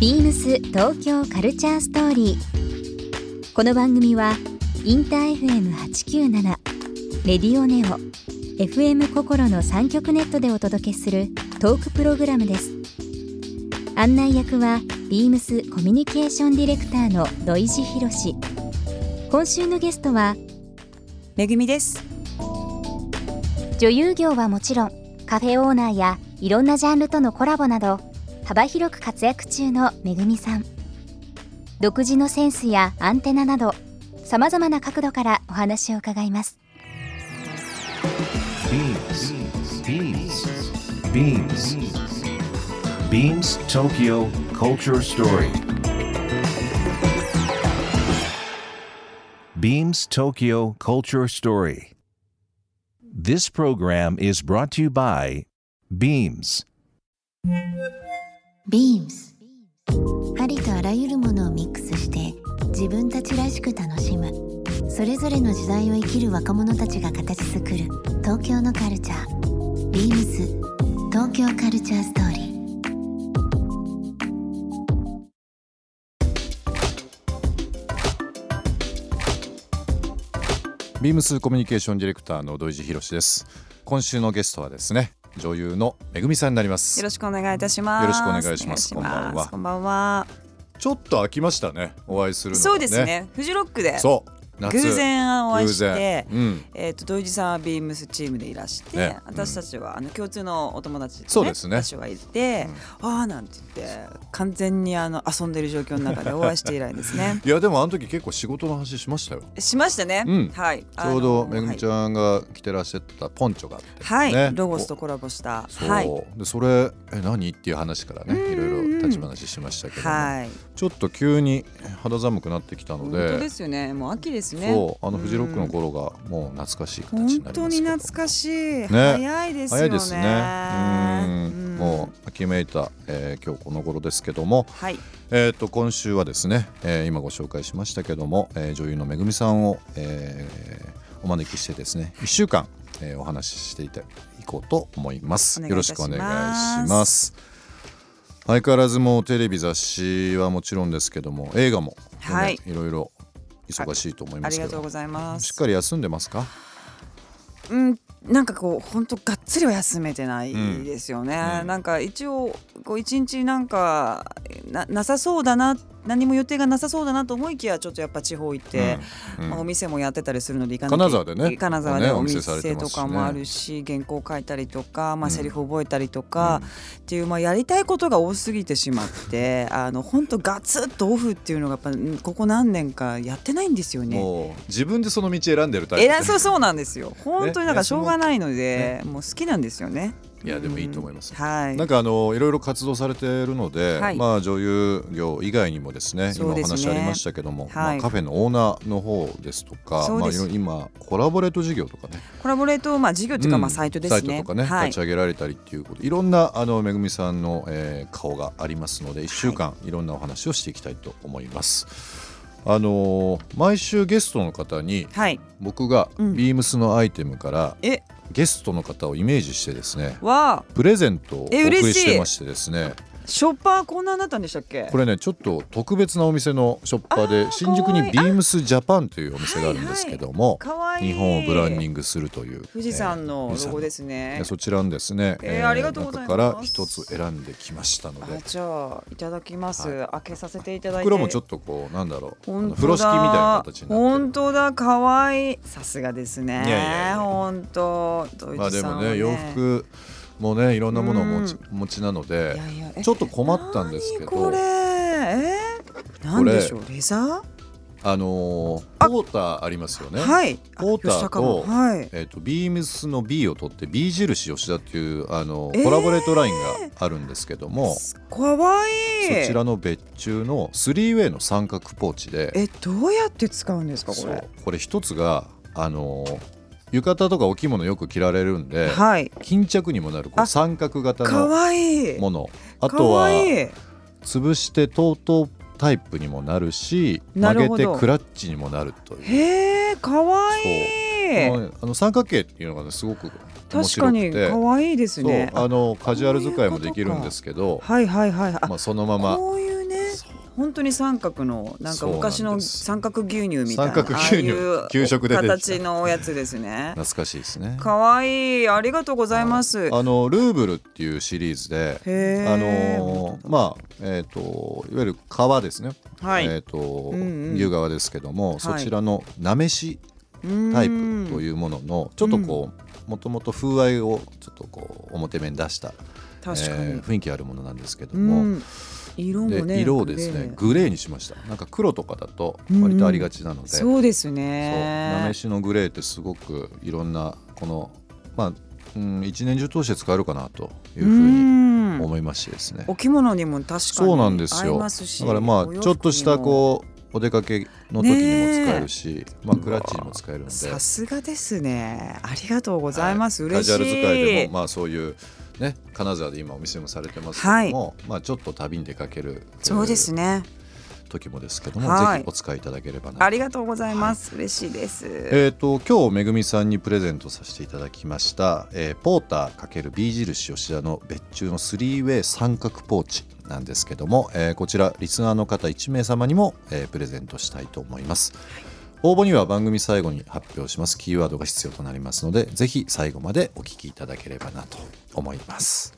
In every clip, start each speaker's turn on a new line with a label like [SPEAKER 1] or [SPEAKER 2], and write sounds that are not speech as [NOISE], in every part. [SPEAKER 1] ビームス東京カルチャーストーリー。この番組はインター FM897 レディオネオ FM 心の三極ネットでお届けするトークプログラムです。案内役はビームスコミュニケーションディレクターの土井博志。今週のゲストは
[SPEAKER 2] めぐみです。
[SPEAKER 1] 女優業はもちろんカフェオーナーやいろんなジャンルとのコラボなど幅広く活躍中のめぐみさん独自のセンスやアンテナなどさまざまな角度からお話を伺います
[SPEAKER 3] 「BeamsBeamsBeamsTokyo Culture Story」Beams Tokyo Culture Story. This program is brought to you by Beams.
[SPEAKER 4] Beams ありとあらゆるものをミックスして自分たちらしく楽しむそれぞれの時代を生きる若者たちが形作る東京のカルチャー Beams 東京カルチャーストーリー
[SPEAKER 5] ビームスコミュニケーションディレクターの土井博志です今週のゲストはですね女優のめぐみさんになります
[SPEAKER 2] よろしくお願いいたします
[SPEAKER 5] よろしくお願いします
[SPEAKER 2] こんばんはこんばんは
[SPEAKER 5] ちょっと飽きましたねお会いするの、ね、
[SPEAKER 2] そうですねフジロックで
[SPEAKER 5] そう
[SPEAKER 2] 偶然お会いして、うん、えっ、ー、と土井さんはビームスチームでいらして、ね、私たちは、うん、あの共通のお友達で、ね、
[SPEAKER 5] そうですね
[SPEAKER 2] 私はいて、うん、ああなんて言って完全にあの遊んでる状況の中でお会いして以来ですね
[SPEAKER 5] [LAUGHS] いやでもあの時結構仕事の話しましたよ
[SPEAKER 2] しましたね、
[SPEAKER 5] うん、
[SPEAKER 2] はい
[SPEAKER 5] ちょうどめぐみちゃんが着てらっしゃったポンチョがあって、
[SPEAKER 2] ね、はいロゴスとコラボしたはい
[SPEAKER 5] でそれえ何っていう話からねいろいろ立ち話しましたけど、はい、ちょっと急に肌寒くなってきたので
[SPEAKER 2] 本当ですよねもう秋ですね
[SPEAKER 5] そうあのフジロックの頃がもう懐かしい形
[SPEAKER 2] 本当に懐かしい、ね、早いですね早いです
[SPEAKER 5] ねうんもう秋めいた、えー、今日この頃ですけども、はい、えーと、と今週はですね、えー、今ご紹介しましたけども、えー、女優のめぐみさんを、えー、お招きしてですね1週間、えー、お話ししていたいこうと思いますよろしくお願いします相変わらずもテレビ雑誌はもちろんですけども映画も、ね、はい、いろいろ忙しいと思います
[SPEAKER 2] ありがとうございます
[SPEAKER 5] しっかり休んでますか
[SPEAKER 2] うんなんかこう本当がっつりは休めてないですよね、うん、なんか一応こう一日なんかなさそうだな何も予定がなさそうだなと思いきやちょっとやっぱ地方行って、うんうん、まあ、お店もやってたりするので行かな
[SPEAKER 5] きゃ金沢でね
[SPEAKER 2] 金沢でお店とかもあるし、ね、原稿書いたりとか、まあ、セリフ覚えたりとか、っていう、まあ、やりたいことが多すぎてしまってあの本当ガツッとオフっていうのがやっぱここ何年かやってないんですよね
[SPEAKER 5] 自分でその道選んでるタ
[SPEAKER 2] イプそうそうなんですよ本当になんかしょうがないので、ね、もう好きなんですよね
[SPEAKER 5] いやでもいいと思います、
[SPEAKER 2] うん、はい、
[SPEAKER 5] なんかあのいろいろ活動されているので、はい、まあ女優業以外にもですね、ね、今お話ありましたけども、はい、まあ、カフェのオーナーの方ですとかまあ、今コラボレート事業とかね
[SPEAKER 2] コラボレート、まあ、事業というか、まあ、サイトですね、うん、
[SPEAKER 5] サイトとかね、はい、立ち上げられたりっていうこといろんなあのめぐみさんの、えー、顔がありますので1週間いろんなお話をしていきたいと思います。あのー、毎週ゲストの方に、はい、僕がビームスのアイテムから、うん、ゲストの方をイメージしてですねプレゼントをお送りしてましてですね
[SPEAKER 2] ショッパーこんなになったんでしたっけ
[SPEAKER 5] これねちょっと特別なお店のショッパーで新宿にビームスジャパンというお店があるんですけども、
[SPEAKER 2] は
[SPEAKER 5] は
[SPEAKER 2] い
[SPEAKER 5] い、日本をブランディングするという
[SPEAKER 2] 富士山のロゴですね、
[SPEAKER 5] えー、そちらのですね、
[SPEAKER 2] えー、ありがとうございます
[SPEAKER 5] 中から一つ選んできましたので
[SPEAKER 2] じゃあいただきます、はい、開けさせていただいて
[SPEAKER 5] 袋もちょっとこうなんだろう風呂敷みたいな形になって
[SPEAKER 2] 本当だ可愛いさすがですねいや本当
[SPEAKER 5] まあでもね、ね、洋服もねいろんなものを持ち,うん、持ちなのでちょっと困ったんですけど
[SPEAKER 2] これえ何でしょうレザー
[SPEAKER 5] あのー、ポーターありますよね。
[SPEAKER 2] はい。
[SPEAKER 5] ポーターと、はい、えっ、ー、とビームスの B を取って B 印吉田っていうあの、えー、コラボレートラインがあるんですけども、
[SPEAKER 2] 可愛
[SPEAKER 5] いい。そちらの別注のスリーウェイの三角ポーチで、
[SPEAKER 2] えどうやって使うんですかこれ？
[SPEAKER 5] これ一つがあのー浴衣とかお着物よく着られるんで、はい、巾着にもなるこう三角型のものあとは潰してトートタイプにもなるし曲げてクラッチにもなるという
[SPEAKER 2] へえかわいいえ
[SPEAKER 5] もうあの三角形っていうのがねすごく面
[SPEAKER 2] 確
[SPEAKER 5] 白
[SPEAKER 2] か
[SPEAKER 5] くて
[SPEAKER 2] に可愛いで
[SPEAKER 5] そ
[SPEAKER 2] す
[SPEAKER 5] う
[SPEAKER 2] ね
[SPEAKER 5] あのカジュアル使いもできる
[SPEAKER 2] こういうこと
[SPEAKER 5] ん
[SPEAKER 2] か
[SPEAKER 5] ですけど
[SPEAKER 2] はいはいはいあ
[SPEAKER 5] まあ、そのまま
[SPEAKER 2] こういうね本当に三角のなんか
[SPEAKER 5] そうなんです
[SPEAKER 2] 昔の三角牛乳みたいな
[SPEAKER 5] 三角牛乳
[SPEAKER 2] ああいう
[SPEAKER 5] 給食で出てきた
[SPEAKER 2] 形のおやつですね
[SPEAKER 5] 懐かしいですね。
[SPEAKER 2] 可愛いありがとうございます
[SPEAKER 5] あのルーブルっていうシリーズで、
[SPEAKER 2] へー
[SPEAKER 5] あのーまあえっ、といわゆる革ですね。
[SPEAKER 2] はい
[SPEAKER 5] えっ、と、
[SPEAKER 2] んうん
[SPEAKER 5] 牛革ですけども、
[SPEAKER 2] い
[SPEAKER 5] そちらのなめしタイプというもののちょっとこうもともと風合いをちょっとこう表面に出した、え
[SPEAKER 2] 確かに、
[SPEAKER 5] ー雰囲気あるものなんですけど
[SPEAKER 2] う
[SPEAKER 5] も。
[SPEAKER 2] ん、色もね
[SPEAKER 5] で色をですね
[SPEAKER 2] グレー
[SPEAKER 5] グレーにしましたなんか黒とかだと
[SPEAKER 2] うんうん
[SPEAKER 5] 割とありがちなので、
[SPEAKER 2] そうです
[SPEAKER 5] そうな
[SPEAKER 2] ね
[SPEAKER 5] めしのグレーってすごくいろんなこのまあ、うん、一年中通して使えるかなというふうに
[SPEAKER 2] ん
[SPEAKER 5] 思いましてですね、
[SPEAKER 2] お着物にも確かに
[SPEAKER 5] そうなんです
[SPEAKER 2] 合い
[SPEAKER 5] よ
[SPEAKER 2] ますし
[SPEAKER 5] だからま
[SPEAKER 2] お洋服
[SPEAKER 5] あ
[SPEAKER 2] にも
[SPEAKER 5] ちょっとしたこうお出かけの時にも使えるし、まあクラッチにも使えるので
[SPEAKER 2] さすがですねありがとうございます、
[SPEAKER 5] はい
[SPEAKER 2] 嬉しい
[SPEAKER 5] カジュアル使いでもまあそういうね金沢で今お店もされてますけども、まあちょっと旅に出かける
[SPEAKER 2] そうですね
[SPEAKER 5] 時もですけども、
[SPEAKER 2] はい
[SPEAKER 5] ぜひお使いいただければなと
[SPEAKER 2] ありがとうございます、嬉しいです、
[SPEAKER 5] えー、と今日めぐみさんにプレゼントさせていただきました、えーポーター ×B 印吉田の別注の 3way 三角ポーチなんですけども、えーこちらリスナーの方1名様にも、えープレゼントしたいと思います応募には番組最後に発表しますキーワードが必要となりますのでぜひ最後までお聞きいただければなと思います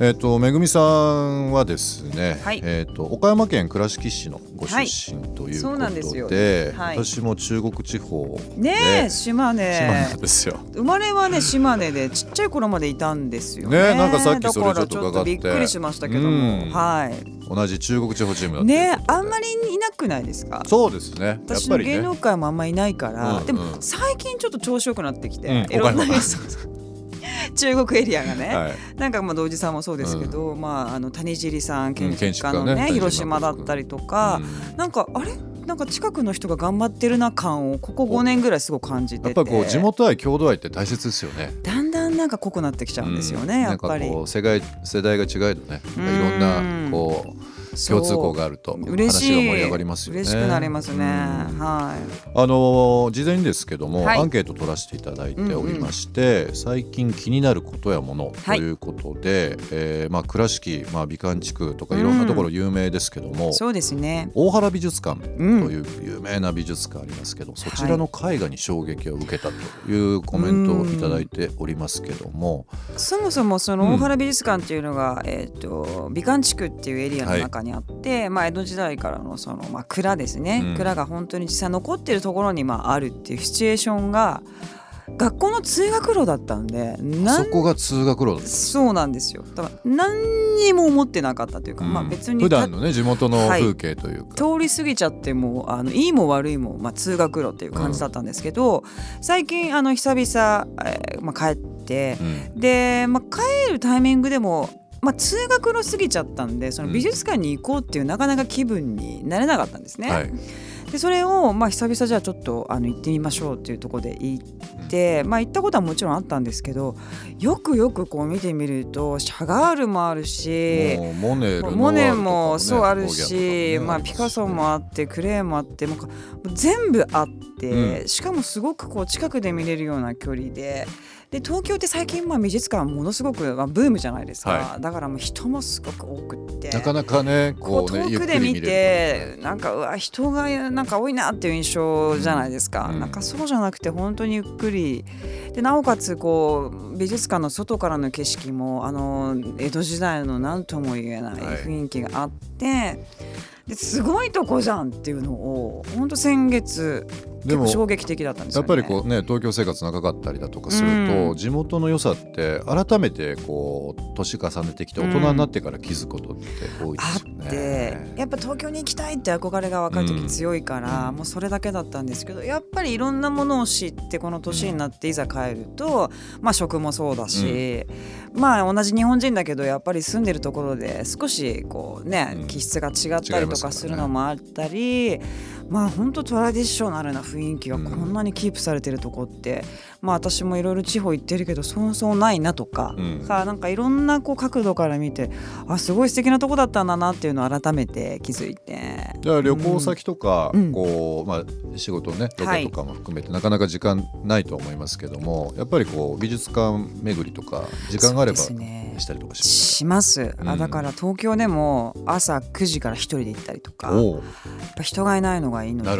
[SPEAKER 5] えー、とめぐみさんはですね、
[SPEAKER 2] はい
[SPEAKER 5] えー、と岡山県倉敷市のご出身というという
[SPEAKER 2] そうなんですよ
[SPEAKER 5] ことで、
[SPEAKER 2] はい
[SPEAKER 5] 私も中国地方
[SPEAKER 2] ねえ、
[SPEAKER 5] ね
[SPEAKER 2] 島
[SPEAKER 5] 島
[SPEAKER 2] 根
[SPEAKER 5] なんですよ。
[SPEAKER 2] 生まれはね島根でちっちゃい頃までいたんですよね
[SPEAKER 5] ねえなんかさっきそれ
[SPEAKER 2] だら
[SPEAKER 5] ちょっと伺って
[SPEAKER 2] びっくりしましたけど
[SPEAKER 5] う
[SPEAKER 2] も
[SPEAKER 5] ん
[SPEAKER 2] はい
[SPEAKER 5] 同じ中国地方チームだったという
[SPEAKER 2] ね
[SPEAKER 5] ことで
[SPEAKER 2] あんまりいなくないですか
[SPEAKER 5] そうですね。やっ
[SPEAKER 2] 私
[SPEAKER 5] ぱ
[SPEAKER 2] の
[SPEAKER 5] り
[SPEAKER 2] 芸
[SPEAKER 5] ね
[SPEAKER 2] 能。界もあんまりいないから、
[SPEAKER 5] うん
[SPEAKER 2] でも
[SPEAKER 5] うん
[SPEAKER 2] 最近ちょっと調子よくなってきて、
[SPEAKER 5] うん
[SPEAKER 2] いろ
[SPEAKER 5] 岡
[SPEAKER 2] んな
[SPEAKER 5] 山
[SPEAKER 2] [LAUGHS] そうそう中国エリアがね、
[SPEAKER 5] はい。
[SPEAKER 2] なんかまあ同時さんもそうですけど、まああの谷尻さん建
[SPEAKER 5] 建築
[SPEAKER 2] 築家
[SPEAKER 5] 家
[SPEAKER 2] の
[SPEAKER 5] ね
[SPEAKER 2] ね,、
[SPEAKER 5] 谷尻
[SPEAKER 2] 広島だったりとか、
[SPEAKER 5] うん
[SPEAKER 2] なんかあれなんか近くの人が頑張ってるな感をここ5年ぐらいすごく感じてて
[SPEAKER 5] やっぱりこう地元愛郷土愛って大切ですよね。
[SPEAKER 2] だんだんなんか濃くなってきちゃうんですよね、
[SPEAKER 5] うん
[SPEAKER 2] やっぱ
[SPEAKER 5] なん
[SPEAKER 2] り
[SPEAKER 5] かこう世代世代が違えどね、
[SPEAKER 2] うん
[SPEAKER 5] いろんなこう
[SPEAKER 2] そう
[SPEAKER 5] 共通項があると話が
[SPEAKER 2] 嬉しい
[SPEAKER 5] 盛り上がりますよね。
[SPEAKER 2] 嬉しくなりますね、
[SPEAKER 5] うん
[SPEAKER 2] はい
[SPEAKER 5] あのー事前にですけども、
[SPEAKER 2] はい
[SPEAKER 5] アンケート取らせていただいておりまして、最近気になることやものということで、えーまあ、倉敷、まあ、美観地区とかいろんなところ有名ですけども、
[SPEAKER 2] そうですね
[SPEAKER 5] 大原美術館と
[SPEAKER 2] うん
[SPEAKER 5] いう有名な美術館ありますけど、そちらの絵画に衝撃を受けたというコメントをいただいておりますけども、
[SPEAKER 2] そもそもその大原美術館っていうのが、えっ、と美観地区っていうエリアの中にあって、まあ江戸時代からのそのまあ蔵ですね、
[SPEAKER 5] うん
[SPEAKER 2] 蔵が本当に実際残ってるところにまああるっていうシチュエーションが学校の通学路だったんでな
[SPEAKER 5] そ
[SPEAKER 2] ん
[SPEAKER 5] こが通学路だった
[SPEAKER 2] そうなんですよだから何にも思ってなかったというか、まあ
[SPEAKER 5] うん
[SPEAKER 2] 別に
[SPEAKER 5] 普段のね地元の
[SPEAKER 2] はい
[SPEAKER 5] 風景というか、
[SPEAKER 2] 通り過ぎちゃってもあのいいも悪いも、まあ、通学路っていう感じだったんですけど、最近あの久々、えーまあ、帰って
[SPEAKER 5] うん
[SPEAKER 2] で、まあ、帰るタイミングでも、まあ、通学路過ぎちゃったんでその美術館に行こうっていうなかなか気分になれなかったんですね。
[SPEAKER 5] はい
[SPEAKER 2] でそれを、まあ、久々じゃあちょっとあの行ってみましょうっていうところで行って、まあ、行ったことはもちろんあったんですけどよくよくこう見てみるとシャガールもあるし。
[SPEAKER 5] もうモネルの
[SPEAKER 2] モネ
[SPEAKER 5] ノワー
[SPEAKER 2] も
[SPEAKER 5] ルとかね
[SPEAKER 2] そうある
[SPEAKER 5] ゴーギ
[SPEAKER 2] し、
[SPEAKER 5] ャンとかね
[SPEAKER 2] まあ、ピカソもあってクレーもあってもうかもう全部あって、
[SPEAKER 5] う
[SPEAKER 2] しかもすごくこう近くで見れるような距離で。で東京って最近まあ美術館ものすごくまあブームじゃないですか、
[SPEAKER 5] は
[SPEAKER 2] だからもう人もすごく多くって
[SPEAKER 5] なかなかね、こ
[SPEAKER 2] こう
[SPEAKER 5] うね、
[SPEAKER 2] 遠
[SPEAKER 5] ゆっ
[SPEAKER 2] く
[SPEAKER 5] く
[SPEAKER 2] で
[SPEAKER 5] り
[SPEAKER 2] 見
[SPEAKER 5] 見れ
[SPEAKER 2] てなんかうわ人がなんか多いなっていう印象じゃないですか、
[SPEAKER 5] うん
[SPEAKER 2] なんかそうじゃなくて本当にゆっくりでなおかつこう美術館の外からの景色もあの江戸時代の何とも言えない
[SPEAKER 5] はい
[SPEAKER 2] 雰囲気があって、ですごいとこじゃんっていうのを本当先
[SPEAKER 5] る。
[SPEAKER 2] 月
[SPEAKER 5] で
[SPEAKER 2] 結
[SPEAKER 5] も
[SPEAKER 2] 構、衝撃的だったんです
[SPEAKER 5] や
[SPEAKER 2] よ
[SPEAKER 5] っ
[SPEAKER 2] ね。
[SPEAKER 5] ぱりこうね、東京生活長かったりだとかする
[SPEAKER 2] う
[SPEAKER 5] と、
[SPEAKER 2] ん
[SPEAKER 5] 地元の良さって改めてこう年重ねてきて大人になってから気づくことって多いで
[SPEAKER 2] あ
[SPEAKER 5] すよ
[SPEAKER 2] っ
[SPEAKER 5] ね
[SPEAKER 2] て。やっぱ東京に行きたいって憧れが若い時強いから、もうそれだけだったんですけどやっぱりいろんなものを知ってこの年になっていざ帰ると、まあ食もそうだし、まあ同じ日本人だけどやっぱり住んでるところで少しこうね、
[SPEAKER 5] うん
[SPEAKER 2] 気質が違ったりとかするのもあったり。ままあ本当トラディショナルな雰囲気がこんなにキープされてるとこって、うん、まあ私もいろいろ地方行ってるけどそうそうないなとか、うん、かなんかいろんなこう角度から見てあすごい素敵なとこだったんだなっていうのを改めて気づいて、
[SPEAKER 5] じゃ旅行先とか、うん、こうまあ、仕事ねロケとかも含めて、はい、なかなか時間ないと思いますけどもやっぱりこう美術館巡りとか時間があればしたりとかします
[SPEAKER 2] ね、します、あだから東京でも朝9時から一人で行ったりとかやっぱ人がいないのがいいので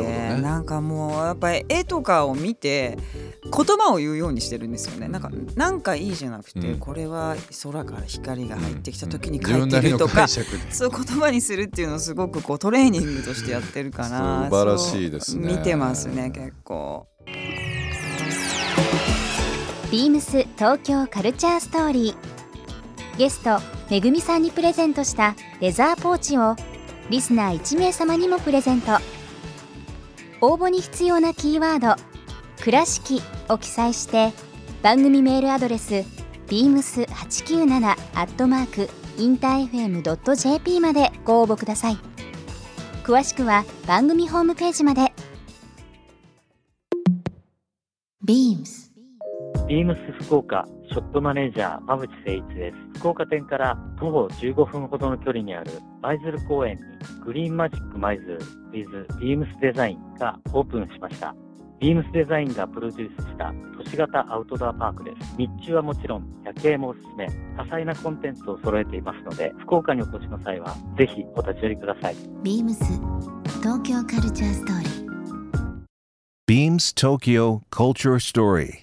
[SPEAKER 2] な、ね,、んかもうやっぱり絵とかを見て言葉を言うようにしてるんですよね、うん、なんかなんかいいじゃなくて、うん、これは空から光が入ってきた時に書いてるとか、うん、そう言葉にするっていうのをすごくこうトレーニングとしてやってるから
[SPEAKER 5] 素晴らしいですね
[SPEAKER 2] 見てますね結構。
[SPEAKER 1] ビームス東京カルチャーストーリーゲストめぐみさんにプレゼントしたレザーポーチをリスナー1名様にもプレゼント応募に必要なキーワード「倉敷」を記載して番組メールアドレス beams897-infm.jp までご応募ください詳しくは番組ホームページまで
[SPEAKER 4] BEAMS
[SPEAKER 6] ビームス福岡ショットマネージャー馬淵誠一です福岡店から徒歩15分ほどの距離にある舞鶴公園にグリーンマジック舞鶴 with ビームスデザインがオープンしましたビームスデザインがプロデュースした都市型アウトドアパークです。日中はもちろん夜景もおすすめ、多彩なコンテンツを揃えていますので、福岡にお越しの際はぜひお立ち寄りください。
[SPEAKER 4] ビームス東京カルチャーストーリー。
[SPEAKER 3] Beams Tokyo Culture Story.